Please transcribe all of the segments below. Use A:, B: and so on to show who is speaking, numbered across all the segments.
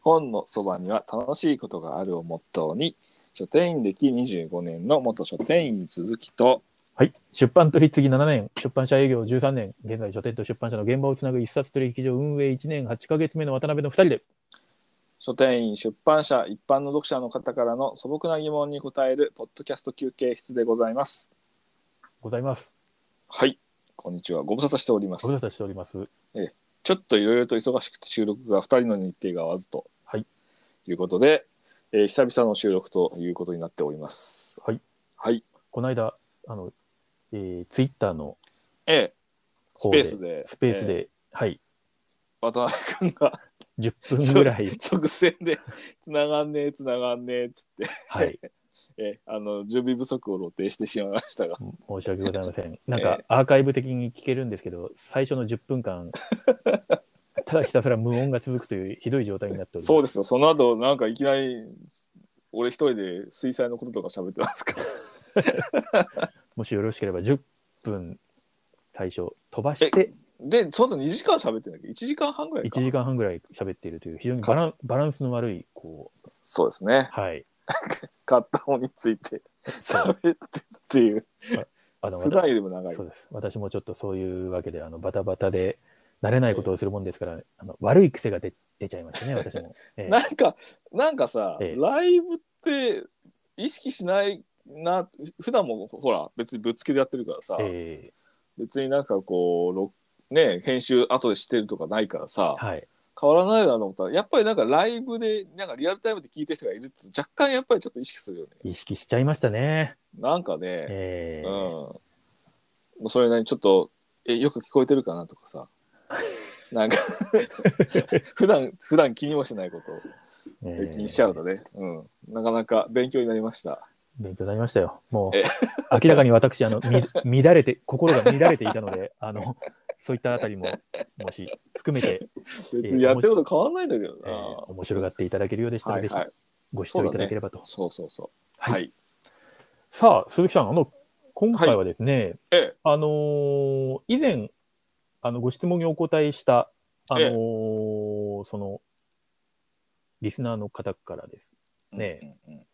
A: 本のそばには楽しいことがあるをモットーに書店員歴25年の元書店員鈴木と
B: はい。出版取り次ぎ7年、出版社営業13年、現在書店と出版社の現場をつなぐ一冊取引所運営1年8ヶ月目の渡辺の2人で、
A: 書店員出版社一般の読者の方からの素朴な疑問に答えるポッドキャスト休憩室でございます
B: ございます。
A: はいこんにちはご無沙汰しております
B: ご無沙汰しております。
A: ちょっといろいろと忙しくて収録が2人の日程が合わずと、
B: はい、
A: うことで、えー久々の収録ということになっております
B: はい、
A: はい、
B: この間、あの、えー、ツイッターの
A: ええス
B: 方
A: ペ
B: で
A: ースで
B: スペース
A: ええ
B: で、はい、
A: 渡辺君が
B: 10分ぐらい、
A: 直線で「つながんねえつながんねえ」っつって
B: はい、
A: えあの準備不足を露呈してしまいましたが
B: 申し訳ございません。なん
A: え
B: か、アーカイブ的に聞けるんですけど、最初の10 分間、ただひたすら無音が続くというひどい状態になっております。
A: そうですよその後なんかいきなり俺一人で水彩のこととか喋ってます から
B: もしよろしければ10分最初飛ばして
A: でちょうど2時間喋ってんだっけ1時間半ぐらい
B: 1
A: か
B: 時間半ぐらい喋っているという非常にバランバランスの悪いこう
A: そうですね
B: はい
A: 買った本について
B: そう
A: 喋ってっていう
B: あの
A: 普段よりも長い
B: そうです私もちょっとそういうわけであのバタバタで慣れないことをするもんですから、あの悪い癖が出出ちゃいまし たね私も、ええ
A: なんかなんかさ、
B: ええ
A: ライブって意識しないな普段もほら別にぶっつけでやってるからさ、
B: ええ
A: 別になんかこうろね編集後でしてるとかないからさ
B: はい
A: 変わらないなと思ったらやっぱりなんかライブでなんかリアルタイムで聞いてる人がいるって若干やっぱりちょっと意識するよね
B: 意識しちゃいましたね
A: なんかね、
B: え
A: う
B: え
A: んもうそれなりにちょっとえよく聞こえてるかなとか さなんか 普段普段気にもしないことを
B: ええ
A: 気にしちゃうのね、うん、なかなか勉強になりました
B: 勉強になりましたよもう
A: ええ
B: 明らかに私あのみ乱れて心が乱れていたのであのそういったあたりももし含めて
A: 別にやってること変わんないんだけどな、
B: えー面白がっていただけるようでしたら、
A: はいはい
B: ぜひご視聴いただければと。
A: そうそうそう
B: はい
A: はい、
B: さあ、鈴木さん、あの、今回はですね、
A: ええ
B: あのー以前、あの、ご質問にお答えした、あのー
A: え
B: その、リスナーの方からです。ねえ
A: うんうんうん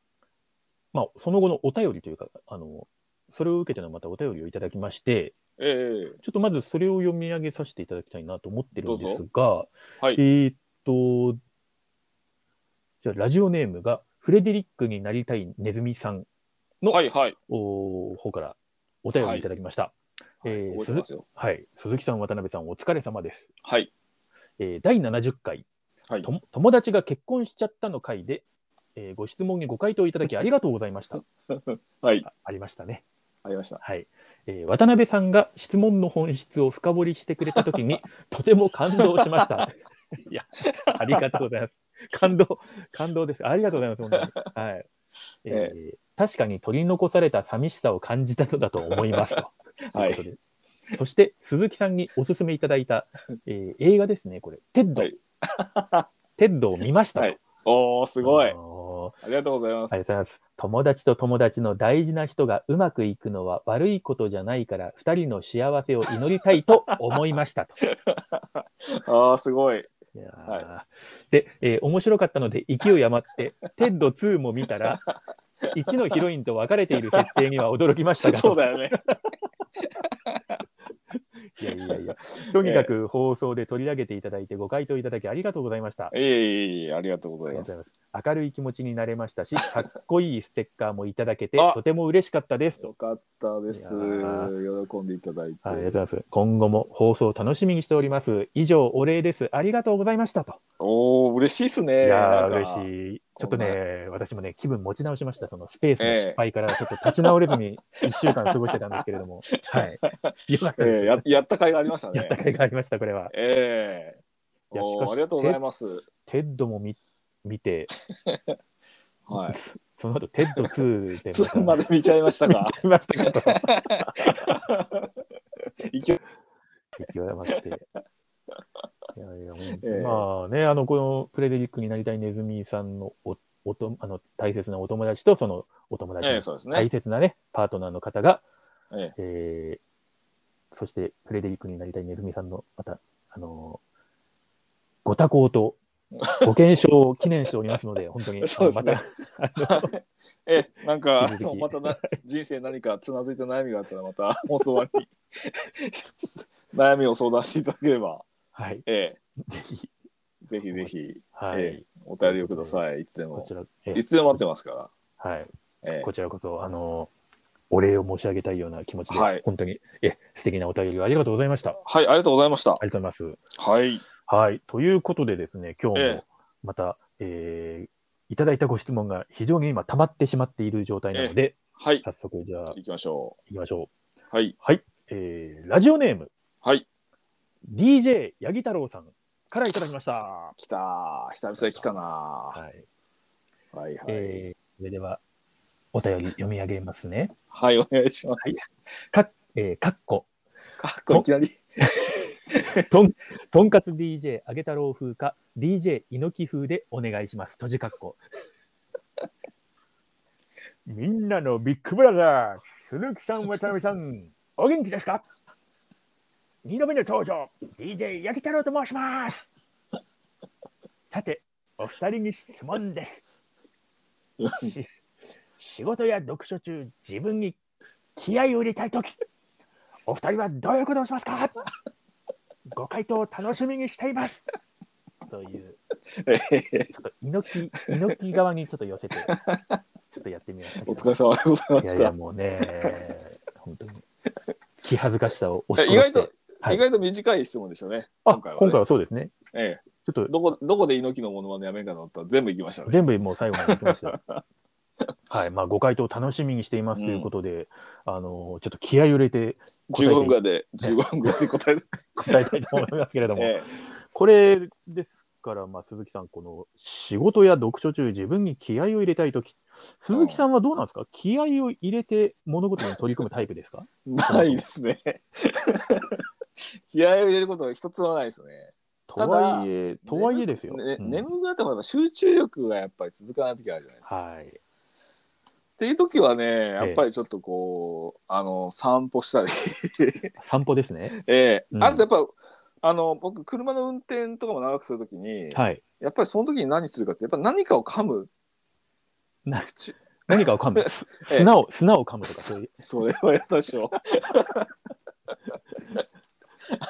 B: まあ、その後のお便りというか、あの、それを受けてのまたお便りをいただきまして、
A: ええ
B: ちょっとまずそれを読み上げさせていただきたいなと思ってるんですが、
A: はい
B: えーっと、じゃあラジオネームがフレデリックになりたいネズミさんの
A: はいはい。
B: お方からお便りいただきました。えー
A: 覚えてますよ。
B: はい、鈴木さん、渡辺さん、お疲れ様です。
A: はい。
B: えー第70回、
A: はい
B: とも友達が結婚しちゃったの回で、えーご質問にご回答いただきありがとうございました。
A: はい。
B: あありましたね。
A: ありました。
B: はい、えー渡辺さんが質問の本質を深掘りしてくれたと きに、とても感動しました。いや、ありがとうございます。感動、感動です。ありがとうございます。本当に。はい。えー
A: え
B: 確かに取り残された寂しさを感じたのだと思いますと。
A: はい
B: とうことで。そして、鈴木さんにおすすめいただいた、えー映画ですね、これ。テッド。
A: はい
B: テッドを見ましたと。
A: はいおおすごい。
B: あ
A: あ
B: のー
A: りがとうございます。
B: ありがとうございます。友達と友達の大事な人がうまくいくのは悪いことじゃないから、二人の幸せを祈りたいと思いまし たと。
A: ああすごい。
B: いやーで、えー面白かったので勢い余って、テッド2も見 たら、1のヒロインと別れている設定には驚きましたが、
A: そうだ よね。
B: いやいやいや、とにかく放送で取り上げていただいて、ご回答いただきありがとうございました。
A: いえいえいえありがとうござ
B: あ
A: い
B: り
A: ま
B: がとうございますす。明るい気持ちになれましたし、かっこいいステッカーもいただけて
A: あ、
B: とても嬉しかったですと
A: よかったです
B: いやー。
A: 喜んでいただいて。
B: はいありがとうございます。今後も放送を楽しみにしております。以上、お礼です。ありがとうございましたと。
A: おお嬉しいっす
B: い
A: ね。な
B: や
A: んか
B: ー嬉しい。ちょっとね、私もね、気分持ち直しました。そのスペースの失敗から、ちょっと立ち直れずに1週 間過ごしてたんですけれども、 はい。よかった
A: え
B: です。
A: え
B: や
A: ややった甲斐がありましたね。
B: った甲斐がありました、これは。
A: ええ
B: いや
A: お
B: しか
A: ー
B: し
A: ありがとうございます。
B: テッドも見見て、
A: はい。
B: その後テッド2で
A: つ ま
B: で
A: で見ちゃいました
B: 見ち
A: か
B: ゃ。いましたかと。
A: 一応
B: 勢い余って。いやいや、本当
A: ええ
B: まあね、あの、このフレデリックになりたいネズミさんのお、おと、あの、大切なお友達と、そのお友 達
A: ええ
B: の
A: そうです
B: 大
A: ね。
B: 切なね、パートナーの方が、
A: え
B: えーそしてフレデリックになりたいネズミさんの、また、あのーご多幸とご健勝を記念しておりますので、本当 に。
A: そうですね
B: あのまた、あの
A: え、なんか、あ
B: 引き
A: の
B: 続き
A: またな人生何かつまずいた悩みがあったら、また 放送終わりに 悩みを相談していただければ、
B: はい。
A: え
B: ぜひ。
A: え、ぜひぜひ、
B: はい。
A: ええお便りをください。いつで
B: こ
A: も
B: ち。ら、え
A: いつでも待ってますか
B: は
A: ら。
B: い。
A: ええ
B: こちらこそ、あの、お礼を申し上げたいような気持ちで、
A: はい
B: 本当に、え、素敵なお便りをありがとうございました。あ
A: はい、ありがとうございました。
B: りがとうございます。
A: はい。
B: はい。ということでですね、今日
A: え
B: もまた、えーいただいたご質問が非常に今溜まってしまっている状態なので、
A: はい。
B: 早速じゃあ
A: 行きましょ
B: 行きましょう。
A: う。はい。
B: えーラジオネーム、
A: はい。
B: DJ 八木太郎さんからいただきました。は
A: 来たー。久々に来たなー。
B: い。
A: はいはい。
B: えーそれでは、お便り読み上げますね。
A: はい、お願いしま
B: はい
A: す。
B: か、えー、かっこ、
A: かっこいいきなり。
B: とんかつ DJ あげ太郎風か DJ 猪木風でお願いします。とじかっこ。 みんなのビッグブラザー、鈴木さん、渡辺さん、お元気ですか ?2 度目の登場、DJ 焼き太郎と申します。さて、お二人に質問 です。し仕事や読書中、自分に気合を入れたいとき、お二人はどういうことをしますかご回答を楽しみにしています。 という、ちょっと猪木、猪木側にちょっと 寄せて、ちょっとやってみましたけど。
A: お疲れ様でございま
B: いや
A: し
B: いや、
A: た。
B: もうね、本当に。気恥ずかしさを押し
A: え意
B: 殺
A: 外
B: して
A: と、
B: はい
A: 意外と短い質問でしたね。
B: あ、
A: 今
B: 今
A: 回
B: 回
A: はね
B: はそうですね。
A: え
B: ちょっと
A: え。どこ、どこで猪木のものまねやめんかと思ったら全部行きましたね。
B: 全部もう最後まで行きまし たよ。はい、まあ、ご回答楽しみにしていますということで、あの、ちょっと気合いを入れて答え
A: 15
B: て
A: 分ぐらいで、15分ぐらいで答えて。
B: 答えたいと思いますけれども、
A: え
B: これですから、まあ、鈴木さん、この仕事や読書中、自分に気合を入れたいとき、鈴木さんはどうなんですか、気合を入れて物事に取り組むタイプですか
A: え。ないですね。気合を入れることは一つもないですね。
B: と
A: ただ
B: はいえ、とはいえですよ。
A: ね
B: うん
A: 眠くなってもらえば集中力がやっぱり続かない時あるじゃないですか。
B: はい。
A: っていう時はね、やっぱりちょっとこう、あの、散歩したり、
B: 散歩ですね。
A: ええ
B: うん
A: あとやっぱ、あの、僕、車の運転とかも長くするときに、
B: はい。
A: やっぱりその時に何するかって、やっぱ何かを噛む。
B: な
A: 口
B: 何かを噛む。 す砂を、砂を噛むとか、そういう。
A: それはやったでし ょ。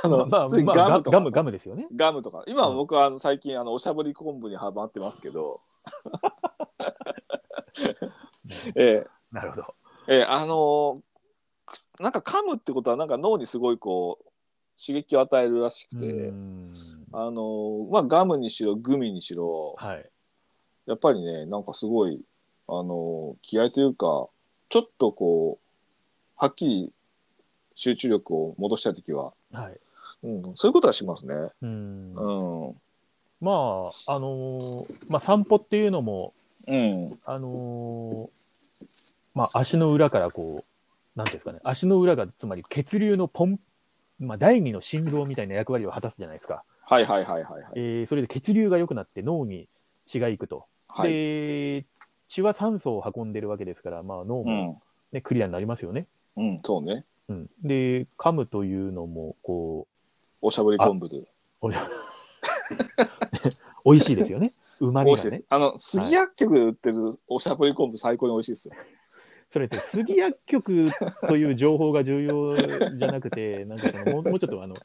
A: あの、
B: まあ、
A: 普通に
B: まあ
A: ガ
B: ガ
A: ム
B: ム、
A: と
B: ガ
A: か
B: ム、ガムですよね。
A: ガムとか。今は僕はあの最近、あの、おしゃぶり昆布にハマってますけ ど、ええ
B: なるほど。
A: ええあのーくなんか噛むってことは、なんか脳にすごいこう、刺激を与えるらしくて、
B: うん
A: あのーまあ、ガムにしろ、グミにしろ、
B: はい。
A: やっぱりね、なんかすごい、あのー気合というか、ちょっとこう、はっきり集中力を戻したいときは、
B: はい。
A: うん、そういうことはしますね。
B: うん
A: う。ん。う
B: まあ、あのーまあ、散歩っていうのも、
A: ん。
B: あのーまあ、足の裏からこう、なんていうんですかね、足の裏がつまり血流のポン、まあ、第二の心臓みたいな役割を果たすじゃないですか。
A: はいはいはいはいはい。
B: えーそれで血流が良くなって脳に血が行くと。
A: はい。
B: で、血は酸素を運んでるわけですから、まあ、脳
A: う
B: も、ね
A: ん。
B: クリアになりますよね。
A: うん、そうね。
B: うん、で、噛むというのも、こ
A: おしゃぶり昆布で。
B: う、美味しいで すよね。うま
A: 美
B: み
A: 味しい
B: が
A: です
B: ね。。
A: あの、杉薬局で売ってるおしゃぶり昆布最高に美味しいですよ。
B: それで、杉薬局という情報が重要じゃなく て、なんかそのもうもうちょっとあの、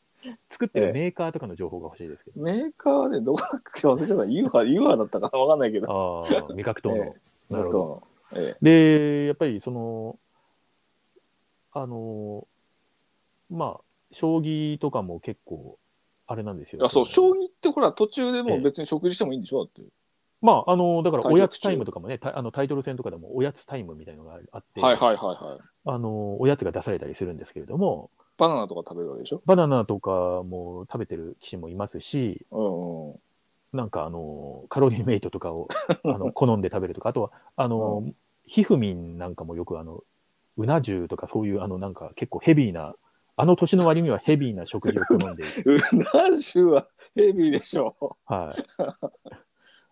B: 作って
A: ええ
B: るメーカーとかの情報が欲しいです けど。
A: メーカーでどこだっけ忘れちゃった。ユーハ、ユーハだったかなわかんないけど。
B: ああ、味覚等の。
A: え
B: なるほど。
A: そうえ
B: で、やっぱりその、あの、まあ、将棋とかも結構、あれなんです
A: え
B: よ。
A: あ、そう、将
B: 棋
A: 棋ってほら、途中でも
B: え
A: う
B: え
A: 別に食事してもいいんでしょだって。
B: まあ、あの、だからおや
A: 対局中
B: つタイムとかもね、たあのタイトル戦とかでもおやつタイムみたいのがあって、
A: はいはいはいはい。
B: あの、おやつが出されたりするんですけれども、
A: バナナとか食べるわけでしょ
B: バナナとかも食べてる棋士もいますし、
A: うんうん。
B: なんかあのカロリーメイトと かをあの好んで食べるとかあとはあの、ひふみんなんかもよくあのうな重とかそういうあのなんか結構ヘビーなあの年の割にはヘビーな食事を好んで、
A: うな重はヘビーでしょ。
B: はい、
A: あ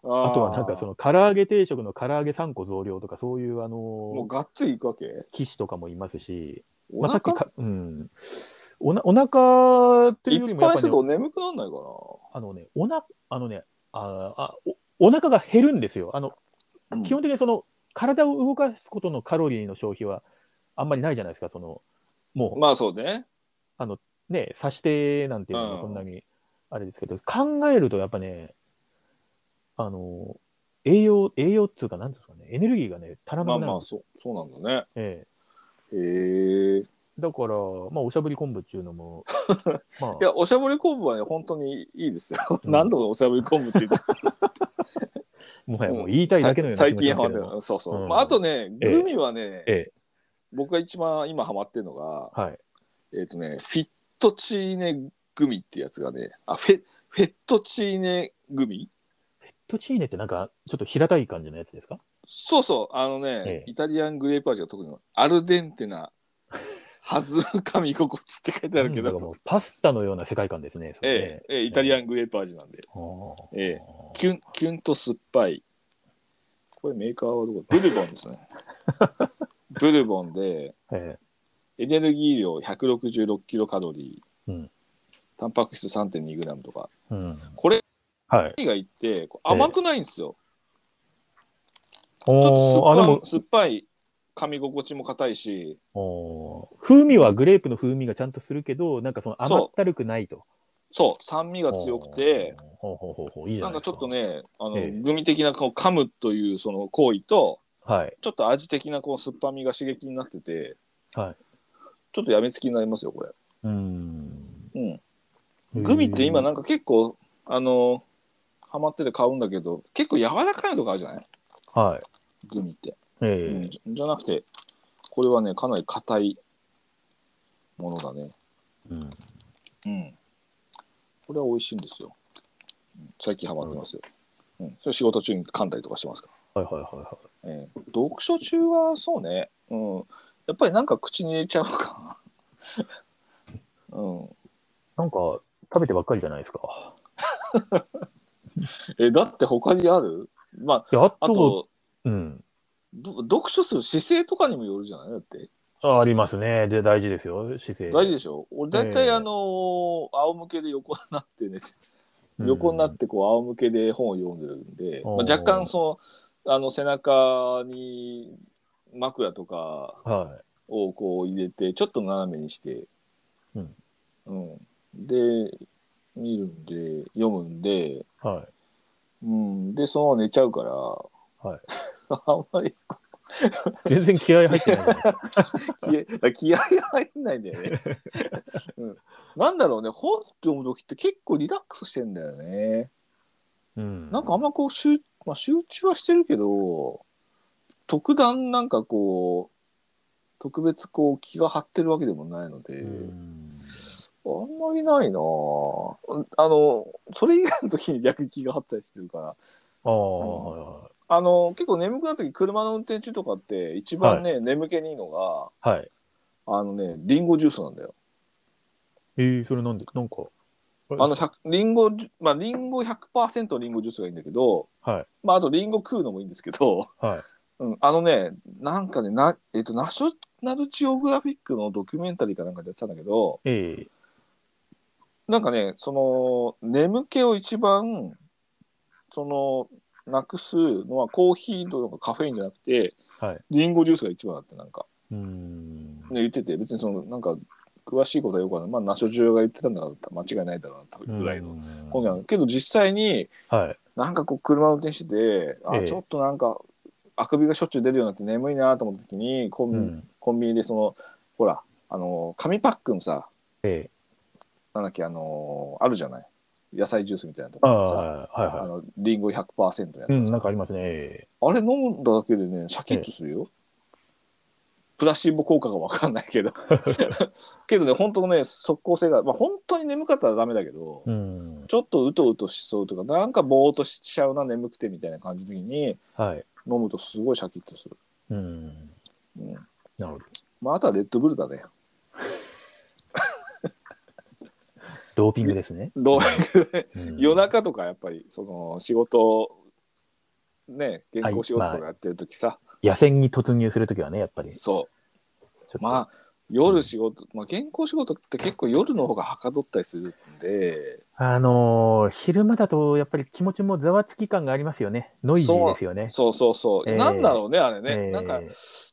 B: あとはなんかそ
A: の。
B: の唐揚げ定食の唐揚げ3個増量とかそういうあ
A: もう
B: の
A: がっつりいくわけ
B: 騎士とかもいますし、
A: お
B: まあ、さっき
A: 腹
B: か、うん、おなお腹とい
A: いう
B: より
A: っ
B: もやっ
A: ぱい
B: ぱ
A: す
B: り、
A: る
B: ね
A: と、眠くなんないか
B: あのねおなあのねああおお腹が減るんですよ。あの
A: うん
B: 基本的にその体を動かすことのカロリーの消費はあんまりないじゃないですか、そのも
A: まあそうね。
B: うね、差し手なんていうの
A: うん
B: はそんなにあれですけど、考えるとやっぱね、あの栄養、栄養っていうか、なんていうんですかね、エネルギーがね、足ら
A: まあ
B: なくなる
A: ま
B: ん
A: あ
B: です
A: そうそうなんだね。
B: ええ
A: へえ。い
B: だから、まあ、おしゃぶり昆布っていう のも、まあ、
A: やおしゃぶり昆布はね本当にいいですよ。
B: うん
A: 何度もおしゃぶり昆布って言って
B: もはやもう 言いたいだけのような
A: さ
B: 気
A: 最
B: 持ち
A: 近
B: です
A: ハマ
B: けれ
A: って
B: ど
A: る
B: も。
A: そうそう、
B: うん
A: まあ、あとね
B: ええ
A: グミはね、
B: ええ、
A: 僕が一番今ハマってるのが
B: はい。
A: えっ、とねフィットチーネグミってやつがねあフェフェットチーネグミ
B: フェットチーネってなんか、ちょっと平たい感じのやつですか
A: そうそうあのね、
B: ええ
A: イタリアングレープ味が特にアルデンテなはず噛み心地って書いてあるけ
B: なんかも
A: ど
B: うパスタのような世界観ですね。それね
A: ええええイタリアングレープ味なんで、
B: あー
A: ええキュンキュンと酸っぱいこれメーカーはどこブルボンです ねブルボンで
B: え
A: エネルギー量166キロカロリー、
B: うん
A: タンパク質3.2グラムとか、
B: えうん、
A: これ
B: はい。
A: がいって、こう甘くないんですよ。
B: お
A: ちょっと酸っぱい
B: も
A: 酸っぱい噛み心地も硬いし、
B: おー風味はグレープの風味がちゃんとするけど、なんかその甘ったるくないと。
A: そう、酸味が強くて、
B: ほうほうほうほういいじゃ
A: なん
B: ないで
A: か
B: す
A: ちょっとね、あの
B: ええ
A: グミ的なこう噛むというその行為と、
B: はい。
A: ちょっと味的なこう酸っぱみが刺激になってて、
B: はい
A: ちょっとやみつきになりますよ、これ。
B: うーん。
A: うん、グミって今、なんか結構、あの、ハマってて買うんだけど、結構柔らかいのとかあるじゃない
B: はい。
A: グミって。う
B: え
A: んじゃじゃなくてこれはねかなり硬いものだね
B: えうん
A: うんこれは美味しいんですようん最近ハマってますよ、うん、それ仕事中に噛んだりとかしてますか
B: はいはいはいは
A: ら、えー読書中はそうねうんやっぱりなんか口に入れちゃうかうん
B: い。なんか、食べてばっかりじゃないですか。
A: えだって他にあるま
B: いや、あと、
A: ああと
B: うん。
A: ど読書する姿勢とかにもよるじゃないだって
B: あありますね。で、大事ですよ、姿勢。
A: 大事でしょ俺大
B: え
A: 体
B: え
A: あのー仰向けで横になってね
B: うん
A: 横になってこう仰向けで本を読んでるんで、まあ
B: おー
A: 若干そのあの背中に枕とか
B: は
A: をこう入れてちょっと斜めにして、
B: うん
A: うんで見るんで読むんで、
B: い。はい。
A: うん、でそのまま寝ちゃうから、
B: はい
A: あんまり
B: 全然気合い入ってないじゃないですか。
A: 気合気合入んないんだよ ね、うん。なんだろうね本って読む時って結構リラックスしてんだよね。
B: うん
A: なんかあんまこう集,、まあ、集中はしてるけど特段なんかこう特別こう気が張ってるわけでもないので、
B: うん
A: あんまりないなぁあのそれ以外の時に逆に気が張ったりしてるから
B: ああ、はいは
A: あの結構眠くなった時車の運転中とかって一番ね、眠気にいいのが
B: い。はい。
A: あのねリンゴジュースなんだよ。
B: えー、それなんで、なんか。
A: あの、100リンゴジュまあリンゴ100%リンゴジュースがいいんだけど、
B: はい。
A: まあ、あとリンゴ食うのもいいんですけど。
B: はい。
A: うん、あのね、なんかね、なえっとナショナルジオグラフィックのドキュメンタリーかなんかでやってたんだけど、
B: ええ
A: なんかね、その眠気を一番そのなくすのはコーヒーとかカフェインじゃなくて、
B: はい
A: リンゴジュースが一番だってなんか、
B: うーん。
A: ね、言ってて、別にそのなんか詳しいことはよくわかんない、まあ、ナショジオが言ってたんだから間違いないだろうなぐらいの。今回
B: は。
A: のけど実際に
B: はい。
A: なんかこう車運転してて、あ
B: ええ
A: ちょっとなんかあくびがしょっちゅう出るようになって眠いなと思った時にコンビ
B: う
A: ニ、
B: ん。
A: コンビニでそのほらあの紙パックのさ
B: ええ
A: なんだっけあのあるじゃない野菜ジュースみたいなと
B: あ
A: こ
B: あ、
A: さ
B: はい
A: あ
B: は
A: のリンゴ100%のやつ、
B: い。うん、なんかありますね。え
A: あれ飲んだだけでねシャキッとするよ、プラシーボ効果が分かんないけ どけどね本当ね即効性が、まあ本当に眠かったらダメだけど、
B: えうん。
A: ちょっとうとうとしそうとかなんかぼーっとしちゃうな眠くてみたいな感じの時に
B: はい。
A: 飲むとすごいシャキッとする、
B: うん。
A: うん
B: なるほど。
A: まあ、あとはレッドブルだね
B: ドーピングですね。
A: どう
B: うん
A: 夜中とかやっぱりその仕事ね原稿仕事とかやってる時さ、
B: 野戦に突入するときはね、やっぱり。
A: そ
B: ちょっと
A: うまあ夜仕事、まあ、原稿仕事って結構夜の方がはかどったりするんで、
B: あのー昼間だとやっぱり気持ちもざわつき感がありますよね。ノイジーですよね。
A: そうそうそう、
B: えー
A: なんだろうね、あれね、
B: えー
A: なんか、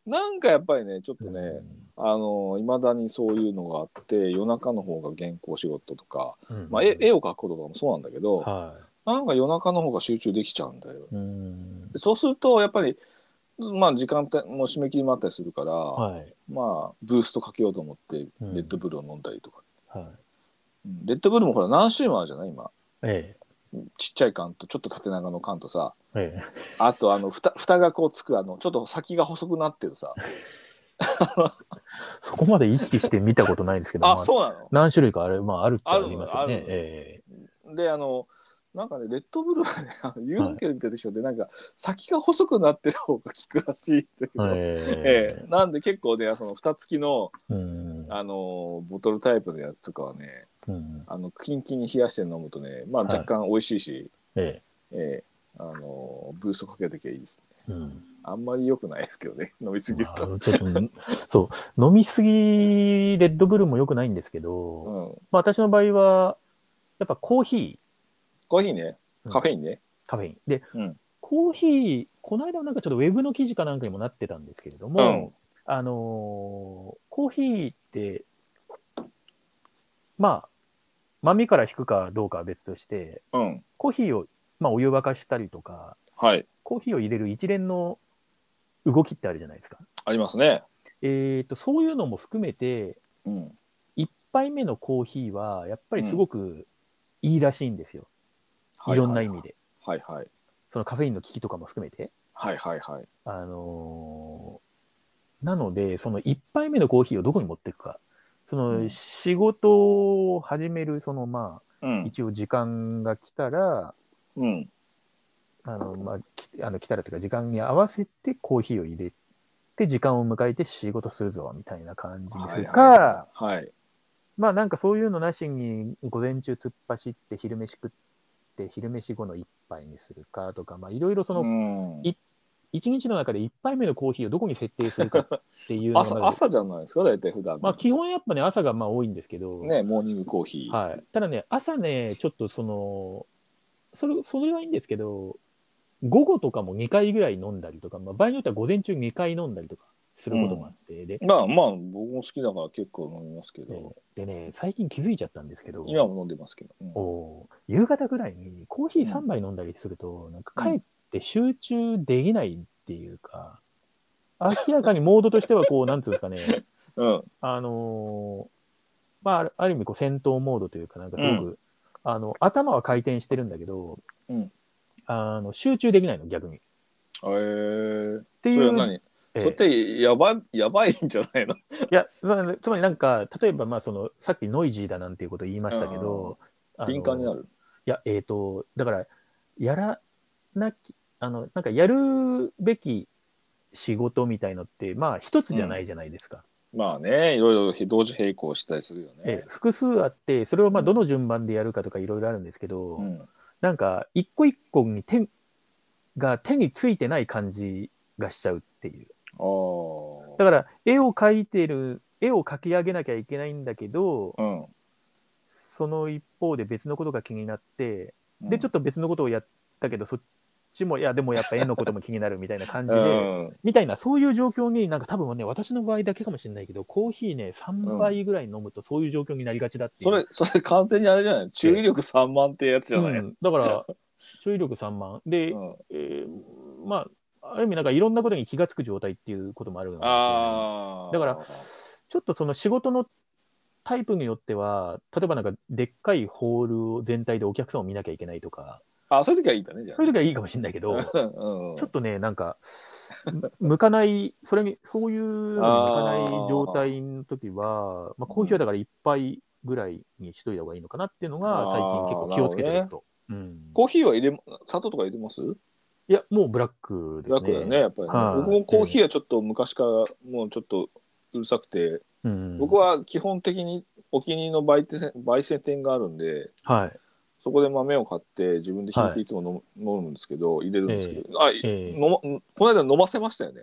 A: なんかやっぱりね、ちょっとね、あの、いまだにそういうのがあって、夜中の方が原稿仕事とか、
B: うん
A: まあ、絵絵を描くこととかもそうなんだけど、
B: は
A: なんか夜中の方が集中できちゃうんだよ。
B: い。うん
A: でそうすると、やっぱり、まあ、時間帯も締め切りもあったりするから、
B: はい。
A: まあ、ブーストかけようと思って、
B: うん
A: レッドブルを飲んだりとか。
B: はい。
A: うんレッドブルもほら、何種類もあるじゃない今。
B: え
A: ちっちゃい缶と、ちょっと縦長の缶とさ、
B: え。ええ。
A: あと、あの、ふた蓋がこうつく、あの、ちょっと先が細くなってるさ。
B: そこまで意識して見たことないんですけ ど、
A: あ、
B: まあ
A: そうなの
B: 何種類かあれ、まあ、あるっちゃあります
A: あ
B: よ
A: るあ
B: ね
A: る。
B: え
A: であのなんかねレッドブルはねあの遊戯王みたいでしょで、なんか先が細くなってる方が効くらしいんだけ
B: え。
A: ど、え
B: え
A: えなんで結構ねその蓋付きの、
B: え。うん。
A: あのボトルタイプのやつとかはね
B: うん
A: あのキンキンに冷やして飲むとね、まあ、
B: はい
A: 若干美味しいし、
B: え
A: ええあのブーストかけときゃいいですね
B: え。うん。
A: あんまり良くないですけどね 飲みすぎる
B: ま
A: と。
B: あちょっとんそう、飲みすぎ、レッドブルも良くないんですけど、
A: う
B: まあ、
A: ん、
B: 私の場合は、やっぱコーヒ
A: コーヒーね
B: うん
A: カフェインね、
B: ー、カフェイン。で、
A: うん
B: コーヒー、この間はなんかちょっとウェブの記事かなんかにもなってたんですけれど
A: う
B: も、
A: ん
B: あのーコーヒーって、まあ、豆から引くかどうかは別として、
A: うん、
B: コーヒーを、まあ、お湯沸かしたりとか、
A: はい
B: コーヒーを入れる一連の動きってあるじゃないですか。
A: ありますね、
B: えっ、と、そういうのも含めて、
A: うん、
B: 一杯目のコーヒーは、やっぱりすごくいいらしいんですよ。
A: はい
B: ろんな意味で。
A: はいはい
B: そのカフェインの効きとかも含めて。
A: はいはいはい
B: あのーなので、その一杯目のコーヒーをどこに持っていくか。そ
A: うん
B: の仕事を始める、そのま
A: う
B: あ、
A: ん
B: 一応時間が来たら、
A: うん
B: あの、まあ、きあの来たらというか、時間に合わせてコーヒーを入れて、時間を迎えて仕事するぞ、みたいな感じにするか、
A: はいはい
B: まあなんかそういうのなしに午前中突っ走って昼飯食って昼飯後の一杯にするかとかまあいろいろその
A: うん
B: い一日の中で一杯目のコーヒーをどこに設定するかっていうの
A: 朝
B: が
A: 朝じゃないですか大体普段
B: まあ基本やっぱね朝がまあ多いんですけど、
A: ねモーニングコーヒー、
B: はい、ただね朝ねちょっとそのそれそれはいいんですけど午後とかも2回ぐらい飲んだりとか、まあ、場合によっては午前中2回飲んだりとかすることもあって、で
A: まあまあ僕も好きだから結構飲みますけ
B: ね
A: ど、
B: でね最近気づいちゃったんですけど
A: 今も飲んでますけど、うん
B: おー夕方ぐらいにコーヒー3杯飲んだりすると、なんかかえって集中できないっていうか、明らかにモードとしてはこう、なんていうんですかね、
A: うん
B: あのーまあある、ある意味こう戦闘モードというか、なんかすごく、あの、頭は回転してるんだけど、
A: うん
B: あの集中できないの、逆に。っ
A: えー、
B: てい
A: それは
B: う、
A: 何、
B: ええ
A: それってやばいやばいんじゃないの
B: いや、つまりつまりなんか、例えば、まあ、その、さっきノイジーだなんていうこと言いましたけど、あの
A: 敏感になる
B: いや、えっ、と、だから、やらなき、あの、なんかやるべき仕事みたいのって、まあ、一つじゃないじゃないですか。
A: まあねいろいろ同時並行したりするよね、
B: ええ複数あって、それをまあ、どの順番でやるかとかいろいろあるんですけど、
A: うん、
B: なんか、一個一個に手が手についてない感じがしちゃうっていう。
A: あ
B: だから、絵を描いてる、絵を描き上げなきゃいけないんだけど、
A: あうん
B: その一方で別のことが気になって、
A: うん
B: で、ちょっと別のことをやったけど、そっちも、いや、でもやっぱ絵のことも気になるみたいな感じで、
A: うん
B: みたいな、そういう状況に、なんか多分ね、私の場合だけかもしれないけど、コーヒーね、3杯ぐらい飲むと、そういう状況になりがちだってい
A: そ
B: う。
A: れそれ完全にあれじゃない注意力散漫ってやつじゃない、
B: うんだから、 注意力3万。で、
A: うん
B: えーまあ、ある意味、なんかいろんなことに気がつく状態っていうこともあるので、
A: ああ
B: だからちょっとその仕事のタイプによっては、例えばなんか、でっかいホールを全体でお客さんを見なきゃいけないとか、
A: あそういう時はいいんだねじゃあ
B: そういう時はいいかもしれないけ ど、
A: うんうん
B: ちょっとね、なんか、む向かない、それに、そういうのに向かない状態の時は、まあ、コーヒーはだから一杯ぐらいにしといた方がいいのかなっていうのが、最近結構気をつけてると。うん
A: コーヒーは入れま砂糖とか入れてます
B: いや、もうブラックですね。
A: 楽だよね、やっぱりね、
B: はい
A: 僕もコーヒーはちょっと昔からもうちょっとうるさくて、
B: うん
A: 僕、は基本的にお気に入りの焙煎焙煎店があるんで
B: はい。
A: そこで豆を買って自分でひい
B: は
A: て
B: い
A: いつも飲む,、飲むんですけど入れるんですけど、あ
B: えー
A: 飲まこの間飲ませましたよね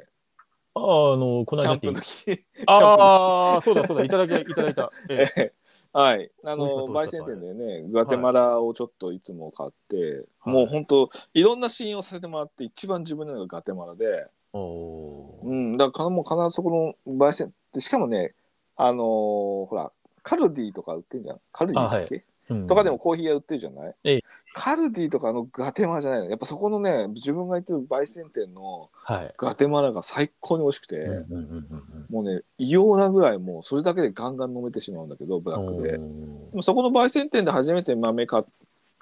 B: あの、
A: キ
B: この
A: ャ
B: 間
A: ンプの時。
B: ああ、そうだそうだ、いただき、いただ いた。ええ
A: はい、あ
B: 美味しか
A: の
B: った
A: 焙煎店でねグアテマラをちょっといつも買って、
B: はい
A: もう本当いろんなシーンをさせてもらって一番自分なのがガテマラで、
B: おー
A: うん、だからもう必ずそこの焙煎でしかもねあのーほらカルディとか売ってるじゃんカルディだっけ、
B: うん
A: とかでもコーヒー屋売ってるじゃない、
B: ええ
A: カルディとかあのガテマラじゃないのやっぱそこのね自分が行ってる焙煎店の
B: はい。
A: ガテマラが最高に美味しくて、
B: うんうんうんうん
A: もうね異様なぐらいもうそれだけでガンガン飲めてしまうんだけどブラックで。
B: うん
A: でもそこの焙煎店で初めて豆か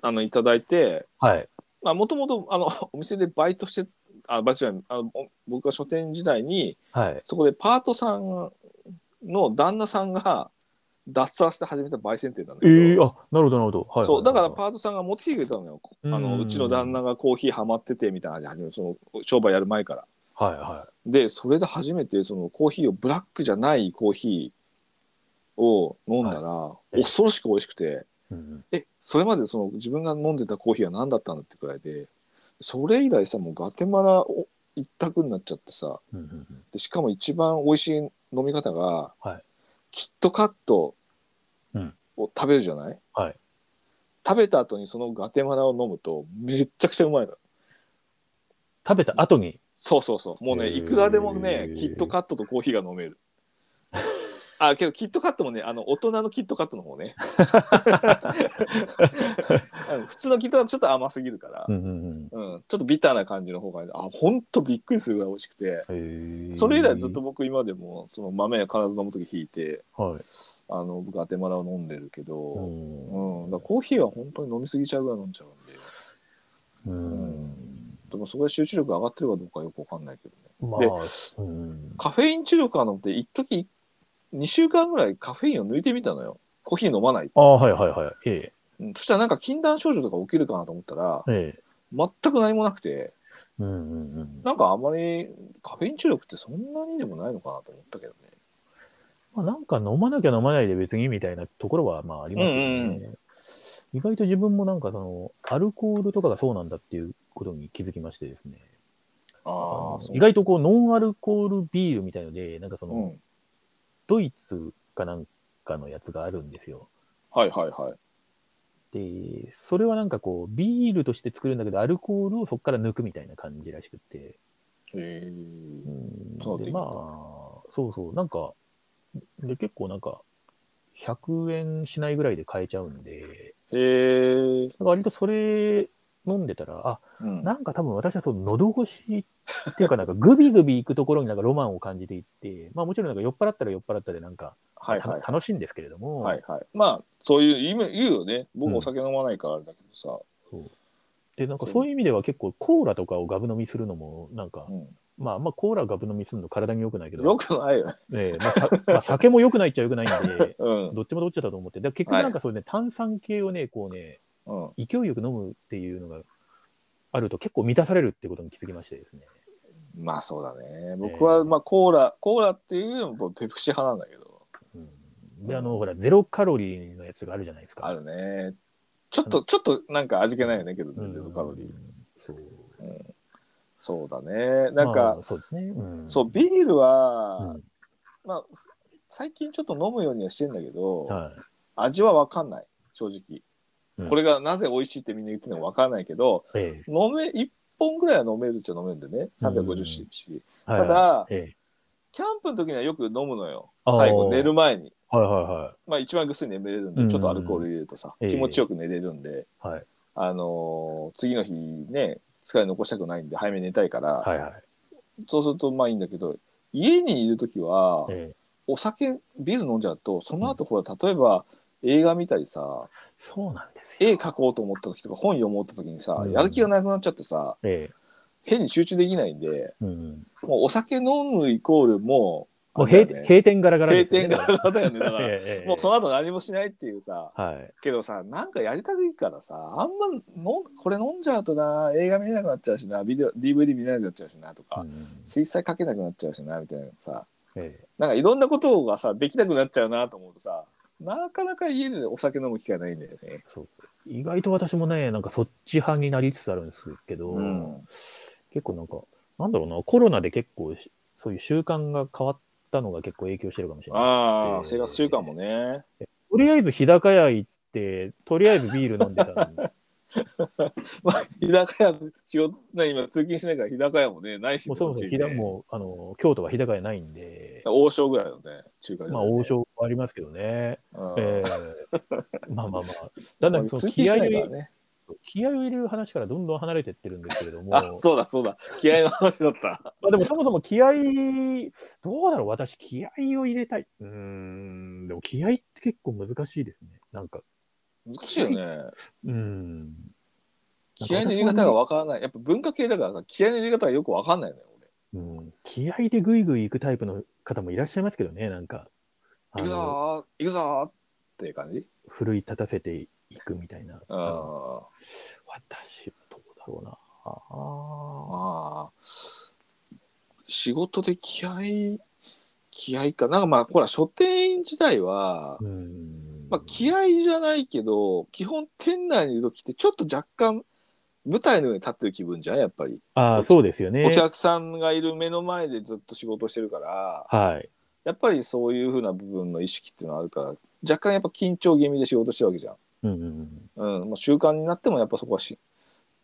A: あのいただいて
B: はい。
A: もともと お店でバイトしてあバイトじゃないあのお僕が書店時代に
B: はい。
A: そこでパートさんの旦那さんが脱サラして始めた焙煎店なんだ
B: え
A: けど、
B: え、あ、なるほど、なるほど。はい。
A: そうだからパートさんが持ってきてくれたのよあ
B: うん
A: のうちの旦那がコーヒーハマっててみたいな感じでその商売やる前から。
B: はい、は
A: でそれで初めてそのコーヒーをブラックじゃないコーヒーを飲んだら、
B: い
A: 恐ろしく美味しくて。
B: い。うん
A: えそれまでその自分が飲んでたコーヒーは何だったんだってくらいでそれ以来さもうガテマラを一択になっちゃってさ
B: うんうんうん
A: でしかも一番美味しい飲み方が、
B: はい
A: キットカット
B: うん
A: を食べるじゃない、
B: はい
A: 食べた後にそのガテマラを飲むとめっちゃくちゃうまいの
B: 食べた後に。
A: そうそうそうもうね
B: へー
A: いくらでもねキットカットとコーヒーが飲めるあけどキットカットもねあの大人のキットカットの方ねあの普通のキットカットちょっと甘すぎるから、
B: うんうん
A: うん、ちょっとビターな感じの方があほんとびっくりするぐらい美味しくて
B: うんへえ
A: それ以来ずっと。僕今でもその豆必ず飲む時引いて
B: はい。
A: あの僕アテマラを飲んでるけ
B: う
A: ど、
B: ん
A: うんだからコーヒーは本当に飲みすぎちゃうぐらい飲んじゃうんで
B: うん
A: でもそこで集中力上がってるかどうかよくわかんないけどね
B: ま
A: で
B: あ、うん
A: カフェイン中毒あるのって一時2週間ぐらいカフェインを抜いてみたのよコーヒー飲まない、
B: ああ、はいはいはい。え
A: うん、そしたらなんか禁断症状とか起きるかなと思ったら
B: え。ええ。
A: 全く何もなくて
B: うんうんうん。
A: なんかあまりカフェイン中毒ってそんなにでもないのかなと思ったけどね
B: まあ、なんか飲まなきゃ飲まないで別にみたいなところはまあありますよね。
A: うん
B: 意外と自分もなんかそのアルコールとかがそうなんだっていうことに気づきましてですね。
A: あ
B: 意外とこうノンアルコールビールみたいので、なんかその、
A: うん。
B: ドイツかなんかのやつがあるんですよ。
A: はいはいはい。
B: で、それはなんかこうビールとして作るんだけどアルコールをそこから抜くみたいな感じらしくって。
A: へ
B: う
A: え。
B: ん
A: そう
B: で
A: でいいん
B: ま
A: だ
B: あ、そうそう、なんか、で結構なんか100円しないぐらいで買えちゃうんで、
A: へえ。
B: 割とそれ飲んでたら、あ、
A: うん。
B: なんか多分私はその喉越しっていうかなんかグビグビ行くところになんかロマンを感じていって、まあもちろんなんか酔っ払ったら酔っ払ったでなんか、
A: はいはい。
B: た楽しいんですけれども、
A: はいはい。まあ、そういう、今言うよね。
B: う
A: 僕
B: ん
A: お酒飲まないからあれだけどさ。
B: で、なんかそういう意味では結構コーラとかをガブ飲みするのもなんか、
A: うん。
B: まあまあコーラガブ飲みするの体に良くないけど、
A: よくないよね。
B: ええまあさまあ酒も良くないっちゃ良くないん で、
A: うん。
B: どっちもどっちだと思って、で結局なんかそういうね、炭酸系をね、こうね、
A: うん。
B: 勢いよく飲むっていうのがあると結構満たされるってことに気づきましてですね。
A: まあそうだね。僕は、まあコーラ、コーラっていうよりもペプシ派なんだけど。
B: うんで、あの、ほら、ゼロカロリーのやつがあるじゃないですか。
A: あるね。ちょっと、ちょっとなんか味気ないよねけど
B: う
A: ね、
B: ん
A: ゼロカロリー。
B: そう。
A: そうだね。なんか
B: まあ、そうですね。うん
A: そう、ビール
B: う
A: は
B: ん、
A: まあ、最近ちょっと飲むようにはしてんだけど、
B: は
A: 味は分かんない正直、
B: うん
A: これがなぜ美味しいってみんな言ってるのか分かんないけど
B: い。ええ。
A: 飲め1本ぐらいは飲めるっちゃ飲めるんでね 350cc、
B: はい
A: ただ
B: ええ。
A: キャンプの時にはよく飲むのよ
B: あー
A: 最後寝る前に
B: はいは
A: まあ一番ぐっすり眠れるん
B: うん
A: でちょっとアルコール入れるとさ、
B: ええ
A: 気持ちよく寝れるんで、
B: いはい。はい。
A: あのー次の日ね疲れ残したくないんで早めに寝たいから、
B: はいはい。
A: そうするとまあいいんだけど家にいる時は
B: ええ。
A: お酒ビール飲んじゃうとその後ほら例えば映画見たりさ、
B: そうなんですよ。
A: 絵描こうと思った時とか本読もうと時にさ、
B: うん
A: やる気がなくなっちゃってさ
B: ええ。
A: 変に集中できないんで
B: うん。
A: もうお酒飲むイコールもう
B: もう
A: あ
B: 閉
A: れだよね
B: 閉店ガラガラ
A: 閉
B: です
A: 店
B: よね。
A: がだよねだから、
B: ええええ。
A: もうその後何もしないっていうさ
B: はい。
A: けどさなんかやりたくいからさあんま飲んこれ飲んじゃうとな映画見れなくなっちゃうしなビデオ DVD 見れなくなっちゃうしなとか、
B: うん
A: 水彩描けなくなっちゃうしなみたいなさ
B: ええ。
A: なんかいろんなことがさできなくなっちゃうなと思うとさなかなか家でお酒飲む機会ないんだよね。
B: そう。意外と私もね、なんかそっち派になりつつあるんですけど、
A: うん
B: 結構なんか、なんだろうな、コロナで結構しそういう習慣が変わったのが結構影響してるかもしれない。
A: あ
B: え
A: あ、
B: ー
A: 生活習慣もね。
B: とりあえず日高屋行って、とりあえずビール飲んで たのに
A: まあ、日高屋、仕事、ね、今通勤しないから日高屋もね、ないし、
B: もうそもそも日
A: っち
B: 高
A: ね
B: もうあの京都は日高屋ないんで、
A: 王将ぐらいのね、中華料理ね
B: まあ王、将はありますけどね。
A: うん
B: えーまあまあまあ、だんだんそ
A: 通
B: の
A: 勤
B: 気合
A: し
B: い
A: ない
B: を
A: か
B: 入
A: ら
B: れ
A: ね。
B: 気合を入れる話からどんどん離れてってるんですけれども、
A: あ、そうだそうだ。気合の話だった。
B: まあ、でもそもそも気合い、どうだろう、私、気合を入れたい。うーん、でも気合って結構難しいですね。なんか、
A: 難しいよ ね。
B: うーん。
A: 気合の入れ方がわからない。やっぱ文化系だからさ、気合の入れ方がよくわかんないのよ、
B: うん、気合でぐいぐい行くタイプの方もいらっしゃいますけどね、なんか、あ
A: 俺。行くぞ
B: の
A: ー、行くぞーっていう感じ。
B: 奮い立たせていくみたいな。
A: うん。
B: あ
A: あ
B: 私はどうだろうな。
A: あ。
B: あ
A: 仕事で気合、気合か。なんかまあ、ほら、書店員時代は
B: あ、うーん。
A: まあ、気合じゃないけど、基本店内にいる時ってちょっと若干舞台の上に立ってる気分じゃん、やっぱり。
B: ああ、そうですよね
A: お。客さんがいる目の前でずっと仕事してるから、
B: はい。
A: やっぱりそういうふうな部分の意識っていうのはあるから、若干やっぱ緊張気味で仕事してるわけじゃん。
B: うんうんうん。
A: うん、もう習慣になってもやっぱそこはし、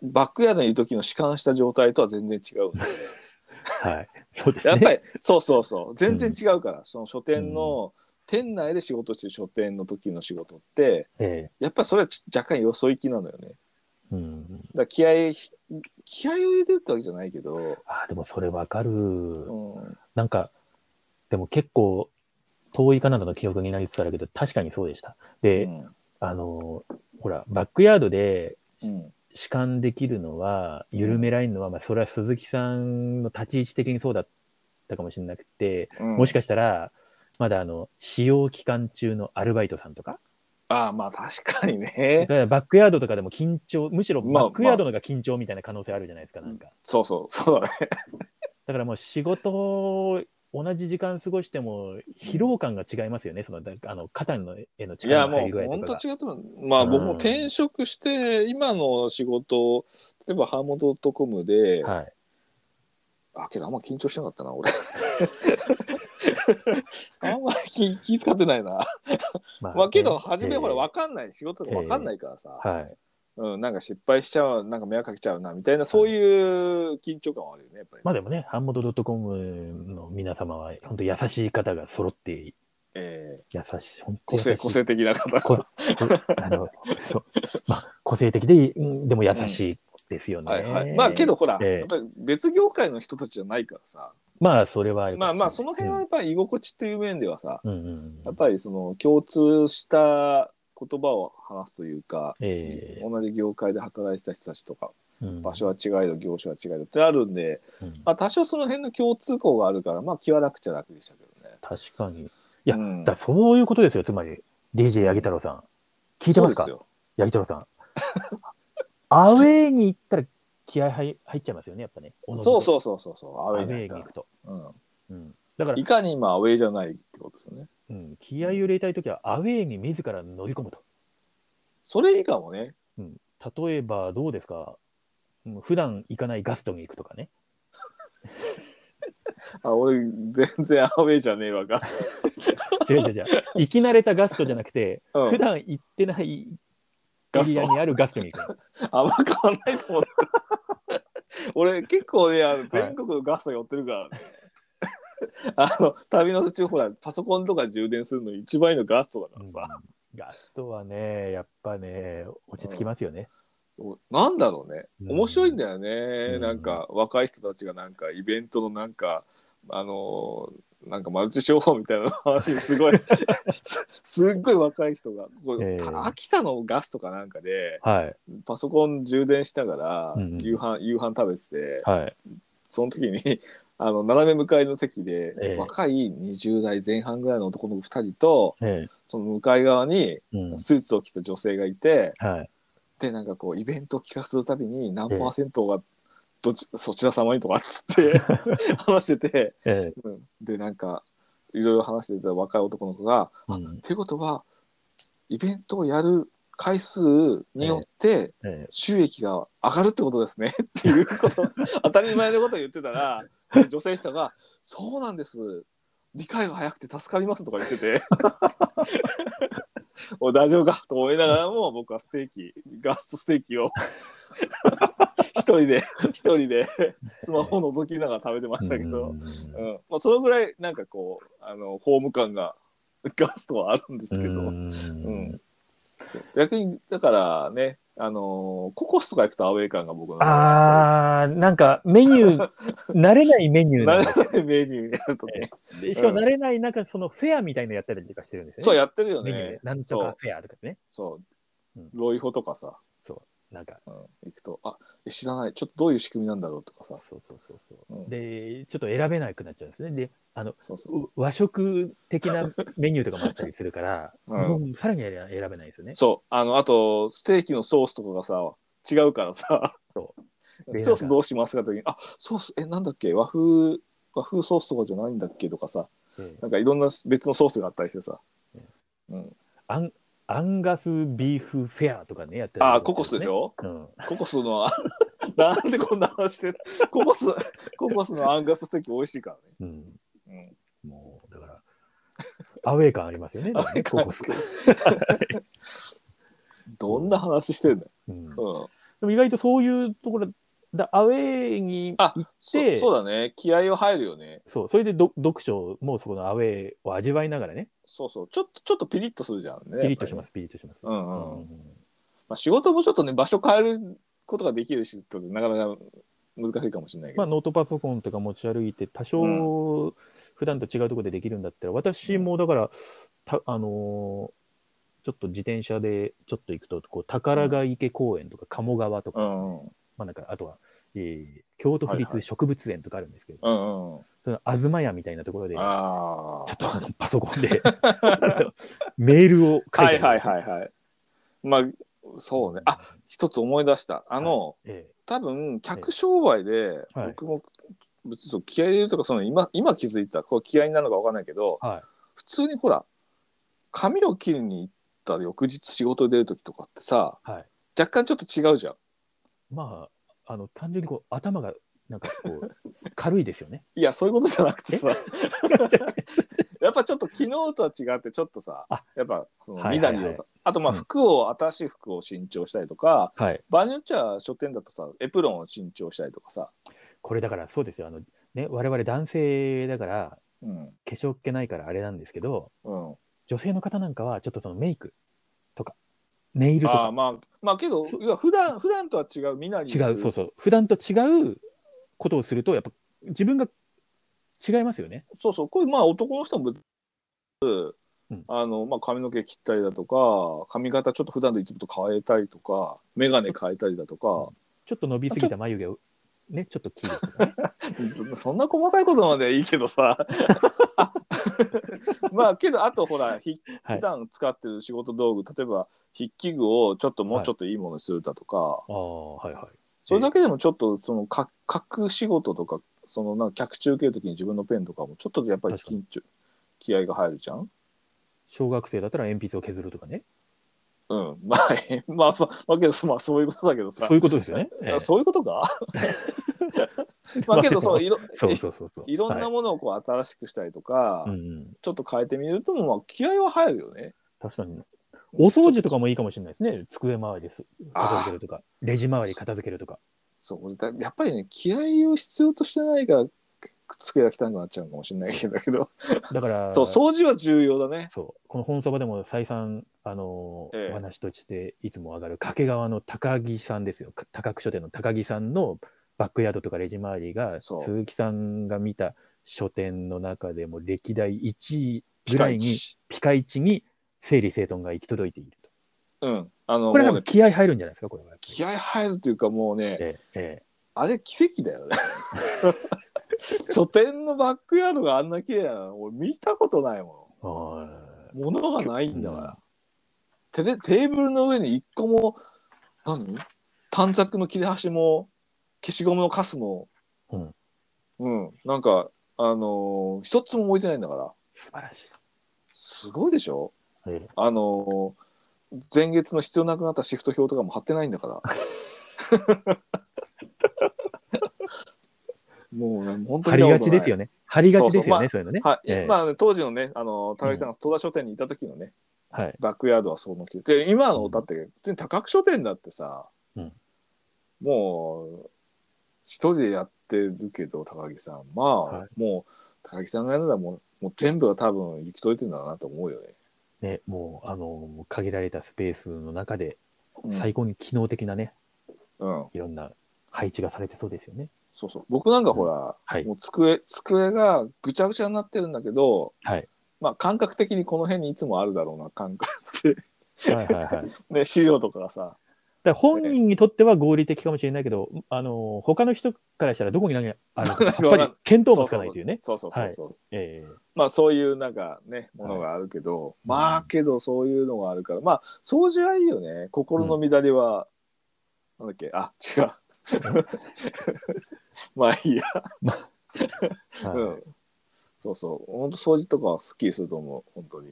A: バックヤードにいる時の弛緩した状態とは全然違うんで。
B: はい。そうですね。
A: やっぱり、そうそうそう、全然違うから、その書店の、店内で仕事してる書店の時の仕事って、
B: え
A: やっぱりそれはち若干よそ行きなのよね。
B: えうん。
A: だから気合い気合を入れてるってわけじゃないけど、
B: ああ、でもそれわかる。
A: うん、
B: なんか、でも結構、遠いカナダの記憶になりつつあるけど、確かにそうでした。で、
A: うん
B: あの、ほら、バックヤードで
A: うん
B: 弛緩できるのは、緩められるのは、まあ、それは鈴木さんの立ち位置的にそうだったかもしれなくて、
A: うん、
B: もしかしたら、まだあの、使用期間中のアルバイトさんとか、
A: ああまあ確かに
B: だ
A: ね
B: からバックヤードとかでも緊張、むしろ
A: まあ
B: バックヤードのが緊張みたいな可能性あるじゃないですか、なんか。
A: そうそうそうだね
B: だからもう仕事を同じ時間過ごしても疲労感が違いますよね、そのだあの肩のへの
A: い
B: 力
A: や
B: の入
A: も
B: り具
A: う
B: 合
A: 本
B: と
A: 当
B: かが。
A: 違うと思うまあ
B: うん
A: 僕も転職して今の仕事例えばハーモドットコムで、
B: はい、
A: あけどあんま緊張しなかったな俺 あんまり気気使ってないな
B: ま
A: まあけど
B: ね
A: 初めほら
B: えー
A: 分かんない仕事が分かんないからさ、
B: はい、
A: うん、なんか失敗しちゃうなんか迷惑かけちゃうなみたいなそういう緊張感はあるよねやっぱり、
B: まあでもね、ハンモドドットコムの皆様は、本当優しい方が揃って、優
A: えー
B: しい、本当
A: 個
B: 優しい
A: 性個性的な方
B: こ あのそうまあ、個性的で、うんでも優しいですよ ね。
A: はいはい、まあけど、ほら、
B: ええ
A: やっぱり別業界の人たちじゃないからさ
B: まあそれはるかも
A: ま
B: しれな
A: あ
B: い
A: まあその辺はやっぱり居心地っていう面ではさ、
B: うんうんう
A: やっ
B: ん、
A: ぱりその共通した言葉を話すというか、
B: ええ
A: 同じ業界で働いてた人たちとか
B: うん
A: 場所は違いど業種は違いどってあるんで、
B: うん
A: まあ、多少その辺の共通項があるからまあ気は楽っちゃ楽でしたけどね。
B: 確かに。いや、
A: うん
B: だそういうことですよ、つまり、DJ 八木太郎さん。聞いてますか
A: そうで
B: 八木太郎さん。 アウェーに行ったら気合入入っちゃいますよね、やっぱね。
A: すよそう
B: う。
A: そうそうそうそうア
B: ア
A: ウ
B: ウ
A: ェ
B: ェ
A: イ
B: ー
A: なんだ
B: に行くと。
A: うん
B: うん、だから
A: い、かに今アウェイじゃないってことですよね。
B: うん、気合を入れたいときは、アウェーに自ら乗り込むと。
A: それ以下もね。
B: うん、例えば、どうですか、うん、普段行かないガストに行くとかね。
A: あ、俺、全然アウェイじゃねえわが。
B: 違う違う違う。行き慣れたガストじゃなくて、
A: うん
B: 普段行ってないエリアにあるガストに行く。
A: あんま変わんないと思う。 俺、結構ね、あの全国のガスト寄ってるからね。 あの、旅の途中、ほら、パソコンとか充電するのに一番いいのガストだからさ。
B: うんガストはね、やっぱね、落ち着きますよね。
A: おなんだろうね。
B: うん
A: 面白いんだよね。
B: ん
A: なんか、若い人たちがなんか、イベントのなんか、あのーなんかマルチ商法みたいな話にす ごいすすっごい若い人がここ
B: ええ
A: た秋田のガストかなんかで
B: はい、
A: パソコン充電しながら
B: うんうん
A: 夕飯、夕飯食べてて
B: はい。
A: その時に あの斜め向かいの席で、
B: ええ
A: 若い20代前半ぐらいの男の子2人と
B: え
A: その向かい側に
B: えうん、
A: スーツを着た女性がいて、
B: はい。
A: でなんかこうイベントを企画するたびに何
B: ええ
A: パーセントがどっち、そちら様にとかっつって 話してて、
B: ええ
A: うんでなんかいろいろ話してた若い男の子が「
B: う
A: あっ
B: ん
A: てことはイベントをやる回数によって
B: ええ
A: 収益が 上がるってことですね」っていうこと当たり前のことを言ってたら女性人がそうなんです理解が早くて助かりますとか言ってて お大丈夫かと思いながらも僕はステーキガストステーキを 一人で一人でスマホを覗きながら食べてましたけど、
B: う
A: う
B: ん
A: んまあ、そのぐらいなんかこうあのホーム感がガストはあるんですけど、
B: うん
A: うん逆にだからねあのーココスとか行くとアウェー感が僕の中で
B: あーなんかメニュ ー慣れないメニューなんだ
A: 慣れないメニューになるとね、
B: でしかも慣れないなんかそのフェアみたいなのやったりとかしてるんですよね
A: そうやってるよ
B: メニュー
A: ね
B: でなんとかフェアとかね
A: そう、
B: うん
A: ロイホとかさ、
B: なんか
A: うん行くとあえ知らないちょっとどういう仕組みなんだろうとかさ
B: そうそうそうそう、
A: うん
B: でちょっと選べなくなっちゃうんですねであの
A: そうそう、
B: う和食的なメニューとかもあったりするから、
A: うん
B: もうさらに選べないですよね
A: そうあのあとステーキのソースとかがさ違うからさ
B: そで
A: ソースどうしますかって時にあソースえなんだっけ和風和風ソースとかじゃないんだっけとかさ
B: で
A: なんかいろんな別のソースがあったりしてさ、うん、
B: アンアンガスビーフフェアとかねやって
A: あーココスでし
B: ょ、
A: ょ、
B: うん、
A: ココスのあ なんでこんな話してるココスココスのアンガスステーキ美味しいか
B: うん、
A: らね。
B: もうだからアウェー感ありますよね
A: アウェー感
B: ココス
A: うん、どんな話してるんだよ。
B: うんで
A: うん、
B: も意外とそういうところだアウェーに
A: あ
B: 行っ
A: そ
B: て
A: そうだね気合を入るよね。
B: そうそれでど読書もそこのアウェーを味わいながらね
A: そうそうちょっとちょっとピリッとするじゃんね。。
B: ピリッとしますすピリッとします、
A: うんうん
B: うん
A: まあ、仕事もちょっとね場所変えることができる人ってなかなか難しいかもしれないけ
B: まあ、
A: ど。
B: ノートパソコンとか持ち歩いて多少普段と違うところでできるんだったら、私もだからたあのーちょっと自転車でちょっと行くとこう宝ヶ池公園とか鴨川とか、
A: うんうん
B: まあ、なんかあとは、えー京都府
A: はいは
B: 立
A: い
B: 植物園とかあるんですけど、
A: うんうん。
B: その東屋みたいなところでちょ
A: あ
B: っとあのパソコ ンであのメールを
A: あ。
B: 書い
A: は
B: て
A: いはいはいはい。まあそうね。あ一つ思い出した。あの、
B: え
A: 多分客商売で、
B: はい
A: 僕も別にそう気合い入れるとかその今今気づいたこう気合いなのかわかんないけど
B: えはい
A: 普通にほら髪を切りに行った翌日仕事出る時とかってさ
B: はい
A: 若干ちょっと違うじゃん
B: まああの単純にこう頭がなんかこう軽いですよね
A: いやそういうことじゃなくてさ やっぱちょっと昨日とは違ってちょっとさ
B: あ
A: やっぱその
B: はい
A: み
B: は
A: だ
B: いはい
A: りをさ、あとまあ
B: うん
A: 服を、新しい服を新調したりとか
B: はい
A: 場合によっちゃ書店だとさエプロンを新調したりとかさ、
B: これだからそうですよあのね我々男性だから
A: うん
B: 化粧っ気ないからあれなんですけど
A: うん、
B: 女性の方なんかはちょっとそのメイクとかネイルと
A: ああ
B: か
A: まあまあけど
B: そう
A: いや普段普段とは違う身なりをす
B: 違
A: る
B: うそうそう普段と違うことをするとやっぱ自分が違いますよね
A: そうそうこれまあ男の人も別
B: うん
A: あのまあ、髪の毛切ったりだとか髪型ちょっと普段といつもと変えたりとか眼鏡変えたりだとか
B: ちょっと伸びすぎた眉毛をねちょっと切る とかね
A: そんな細かいことまではいいけど さまあけどあとほらひ
B: はい
A: 普段使ってる仕事道具例えば筆記具をちょっともうちょっといいものにするだとか、
B: ああはいはい
A: それだけでもちょっとそのか書く仕事とかそのなんか客中受けるときに自分のペンとかもちょっとやっぱり
B: 確かに
A: 緊張気合が入るじゃん
B: 小学生だったら鉛筆を削るとかね
A: うん、まあ、えまあ、まあ、まあ、けど、まあ、そういうことだけどさ。
B: そういうことです よね、ええ
A: あそういうことか。まあ、けど、そう、いろ、
B: そうそうそうそう
A: いろんな
B: はい
A: ものをこう新しくしたりとか、
B: うんうん、
A: ちょっと変えてみると、まあ、気合は入るよね。
B: 確かにお掃除とかもいいかもしれないですね机周りです片
A: あ
B: 付けるとかレジ周り片付けるとか
A: そう、俺だ、やっぱりね、気合を必要としてないから。机が汚くなっちゃうかもしれないけど、
B: だから、
A: そう、
B: そう
A: 掃除は重要だね。
B: この本そばでも再三、あのー
A: ええ
B: お話としていつも上がる掛川の高木さんですよ。か高久書店の高木さんのバックヤードとかレジ周りが、
A: そう
B: 鈴木さんが見た書店の中でも歴代1位ぐらいに、ピカイチに整理整頓が行き届いていると。
A: うん、あの、
B: これは
A: もうね
B: 気合入るんじゃないですか、これはやっぱり。
A: 気合入るというか、もうね、
B: ええええ
A: あれ奇跡だよ ね。書店のバックヤードがあんな綺麗なの俺見たことないも
B: は
A: の。ものがないんだから。テレテーブルの上に一個も何短冊の切れ端も消しゴムのカスも、
B: うん
A: うんなんかあのー一つも置いてないんだから
B: い素晴らしい。
A: すごいでしょ
B: ええ
A: あのー前月の必要なくなったシフト表と かも貼ってないんだからもうね、本当
B: 張
A: に見た
B: りが
A: こと
B: ち
A: ない
B: ですよね。張りがちですよね、そういうのね。
A: はい、
B: ええ
A: まあね、当時のね、あの高木さんが戸田書店にいた時のね、
B: はい。
A: バックヤードはそうのきで、今のだって、普通に高く書店だってさ、
B: うん
A: もう、一人でやってるけど、高木さん、まあ、
B: は
A: もう、高木さんがやるならもう、もう全部が多分行き届いてるんだなと思うよね。
B: ね、もう、あの、限られたスペースの中で、
A: うん
B: 最高に機能的なね、
A: うん、
B: いろんな配置がされてそうですよね。
A: そうそう。僕なんかほら、
B: はい
A: も。う机、机がぐちゃぐちゃになってるんだけど、
B: はい。
A: まあ感覚的にこの辺にいつもあるだろうな、感覚って。
B: はいはいはい。だか
A: ね、資料とかがさ、
B: ら本人にとっては合理的かもしれないけど、あの、他の人からしたらどこに何があるの か、さっぱり見当もつかないというね。
A: そうそうそうそう。
B: え
A: まあそういうなんかね、ものがあるけど、まあけどそういうのがあるから、まあ掃除はいいよね。心の乱れは、なんだっけ、あ、違う。まあいいや、
B: えは
A: う
B: い
A: ん。そうそう。本当掃除とかはすっきりすると思う、本当に。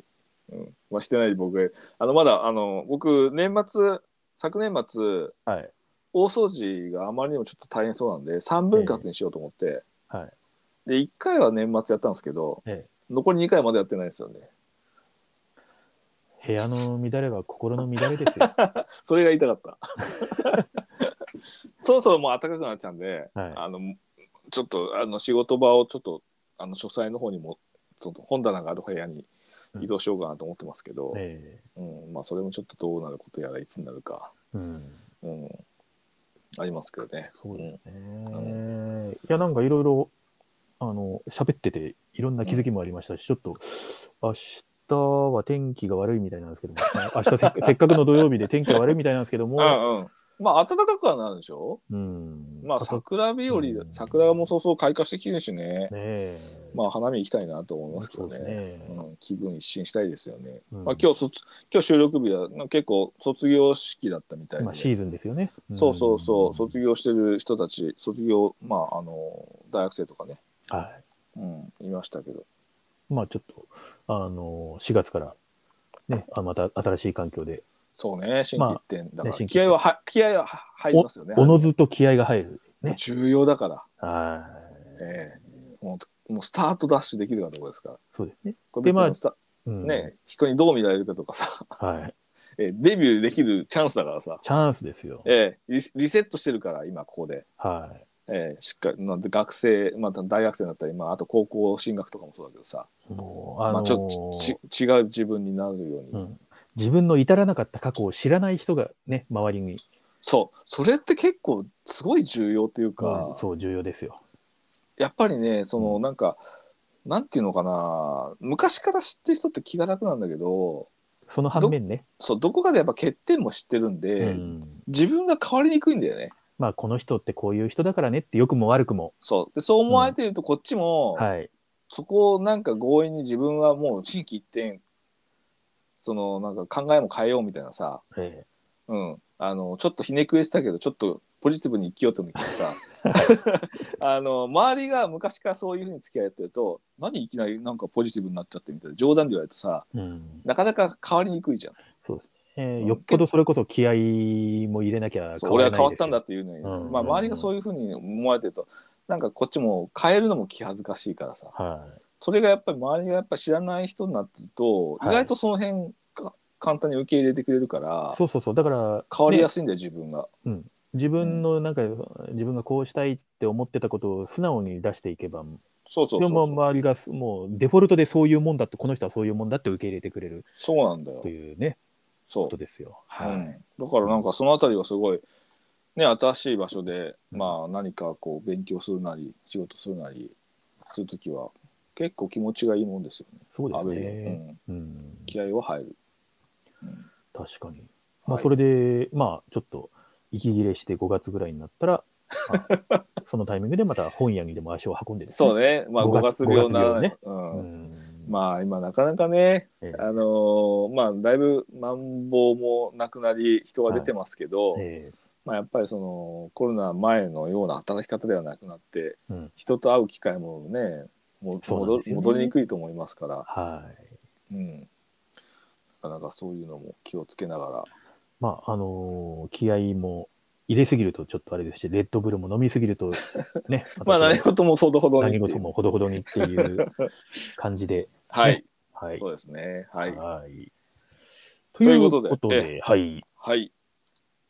A: うん。まあしてないで僕、あのまだ、あの、僕、年末、昨年末、
B: はい。
A: 大掃除があまりにもちょっと大変そうなんで、3分割にしようと思って、
B: はい。
A: で、1回は年末やったんですけど、
B: え
A: 残り2回まだやってないですよね。
B: え部屋の乱れは心の乱れですよ。
A: それが言いたかった。 そろそろもう暖かくなっちゃうんで、
B: はい
A: あのちょっとあの仕事場をちょっとあの書斎の方にもちょっと本棚がある部屋に移動しようかなと思ってますけど、
B: え
A: うんまあ、それもちょっとどうなることやらいつになるか、
B: えうん。
A: うん、ありますけどね。
B: そうですね。
A: ん
B: いや、なんかいろいろ、あの、喋ってて、いろんな気づきもありましたし、ちょっと、明日は天気が悪いみたいなんですけ ども、明日せっせっかくの土曜日で天気が悪いみたいなんですけど
A: う
B: も、
A: んうん、ま あ暖かくはなるでしょ
B: うん。
A: まあ
B: さね
A: 桜日和、
B: うん
A: 桜もそうそう開花してきてるしね、
B: え。
A: まあ花見行きたいなと思いますけ
B: そ
A: ど
B: うです
A: ね
B: ね。
A: うん、気分一新したいですよね。
B: うん
A: まあ、今日卒今日収録日は結構卒業式だったみたいで、
B: まあ、シーズンですよね。
A: そうそうそう卒
B: 業。
A: 業してる人たち卒業まああの大学生とかね、
B: は
A: うん、いましたけど
B: い。まあ、ちょっと、あの、4月から、ね、あまた新しい環境で、
A: そうね新規一点だから、
B: ね新規
A: 気合はは気合はは入りますよね
B: おのずと気合が入る。ね。
A: 重要だから、
B: はい。
A: ええもうもうスタートダッシュできるかどうかですから
B: そうですね。
A: これ別に
B: でまあ
A: スタ
B: うん、
A: ね、人にどう見られるかとかさ、
B: はい。
A: ええデビューできるチャンスだからさ、
B: チャンスですよ。
A: ええリスリセットしてるから今ここで。
B: はい。
A: えー、しっかりなんで学生、まあ、大学生だったり、まあ、あと高校進学とかもそうだけどさ、
B: もう、あのー
A: まあ、ちょっとちち違う自分になるように、
B: うん、自分の至らなかった過去を知らない人がね、周りに、
A: そうそれって結構すごい重要というか、
B: そう、重要ですよ。
A: やっぱりねその
B: うん
A: なんか、なんていうのかな昔から知ってる人って気が楽なんだけど
B: その反面ね、
A: そうどこかでやっぱ欠点も知ってるんで、
B: うん、
A: 自分が変わりにくいんだよね。
B: まあ、この人ってこういう人だからねって、良くも悪くも、
A: そうでそう思われてるとこっちも、
B: はい、
A: そこをなんか強引に自分はもう地域一点そのなんか考えも変えようみたいなさ、
B: え
A: うん、あのちょっとひねくれてたけどちょっとポジティブに生きようと思って さあの周りが昔からそういうふうに付き合いやってると何いきなりなんかポジティブになっちゃってみたいな冗談で言われるとさ
B: えうん、
A: なかなか変わりにくいじゃん
B: そうですね、ええよっぽどそれこそ気合も入れなきゃ
A: そう俺は変わ
B: で
A: っ
B: す
A: た
B: よ
A: んだっていうのに、
B: うん
A: まあ、周りがそういうふうに思われてるとなんかこっちも変えるのも気恥ずかしいからさ
B: はい、
A: それがやっぱり周りがやっぱ知らない人になってると、
B: はい
A: 意外とその辺が簡単に受け入れてくれるから
B: そうそうそう、だから、
A: 変わりや
B: ね
A: すいんだよ自分が。
B: 自分のなんか、自分がこうしたいって思ってたことを素直に出していけば、
A: そうそう
B: で
A: そうそ
B: も
A: う,、
B: 周りがもうデフォルトでそういうもんだって、この人はそういうもんだって受け入れてくれる
A: そうなんだよ
B: と。いうね、
A: そう
B: ことですよ。
A: う
B: はい。
A: ん、だからなんかそのあたりはすごい、ね、新しい場所で、まあ、何かこう勉強するなり仕事するなりするときは結構気持ちがいいもんですよね。
B: そうです
A: アウェー
B: ね。
A: うん、
B: うん、
A: 気合は入る。うん
B: 確かに。まあ、
A: はい
B: それで、まあ、ちょっと、息切れして5月ぐらいになったら、 まあそのタイミングでまた本屋にでも足を運んでですね
A: そうね、まあ、
B: 五
A: 5月
B: 月
A: 病
B: 五月
A: な、
B: 病ね
A: うん
B: うん
A: まあ今なかなかね、
B: ええ
A: あのーまあ、だいぶマンボウもなくなり人が出てますけど、
B: え
A: まあ、やっぱりそのコロナ前のような働き方ではなくなって、
B: うん
A: 人と会う機会もねも
B: そうなん
A: 戻
B: ですよね
A: 戻りにくいと思いますから、
B: はい。
A: うん、なかなかそういうのも気をつけながら
B: まあ、あのー気合も入れすぎるとちょっとあれですし、レッドブルも飲みすぎると ね、
A: まあ何事もほどほどにってい
B: 何
A: う。
B: 事もほどほどにっていう感じで、
A: はい。
B: はい。
A: そうですね。はい。
B: はいと
A: と
B: い
A: いうう
B: こ
A: ことと
B: で
A: で、
B: はい。
A: はい。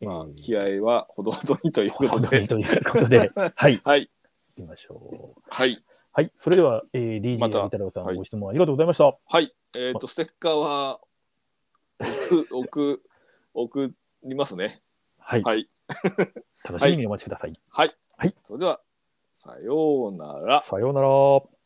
A: ま
B: えー
A: あ、気合はほどほどにという
B: ほ
A: こ
B: どほ
A: と
B: どに
A: で。
B: というこ とで、はい。
A: はい。
B: 行きましょう。
A: はい。
B: はい。それでは、えー、DJ
A: また
B: みたらさん、
A: はい
B: ご質問ありがとうございました。
A: はい。えっ、と、ステッカーは、送、送、送りますね。
B: はい。
A: はい。
B: 楽しみにお待ちください。
A: それでは、さようなら。
B: さようなら。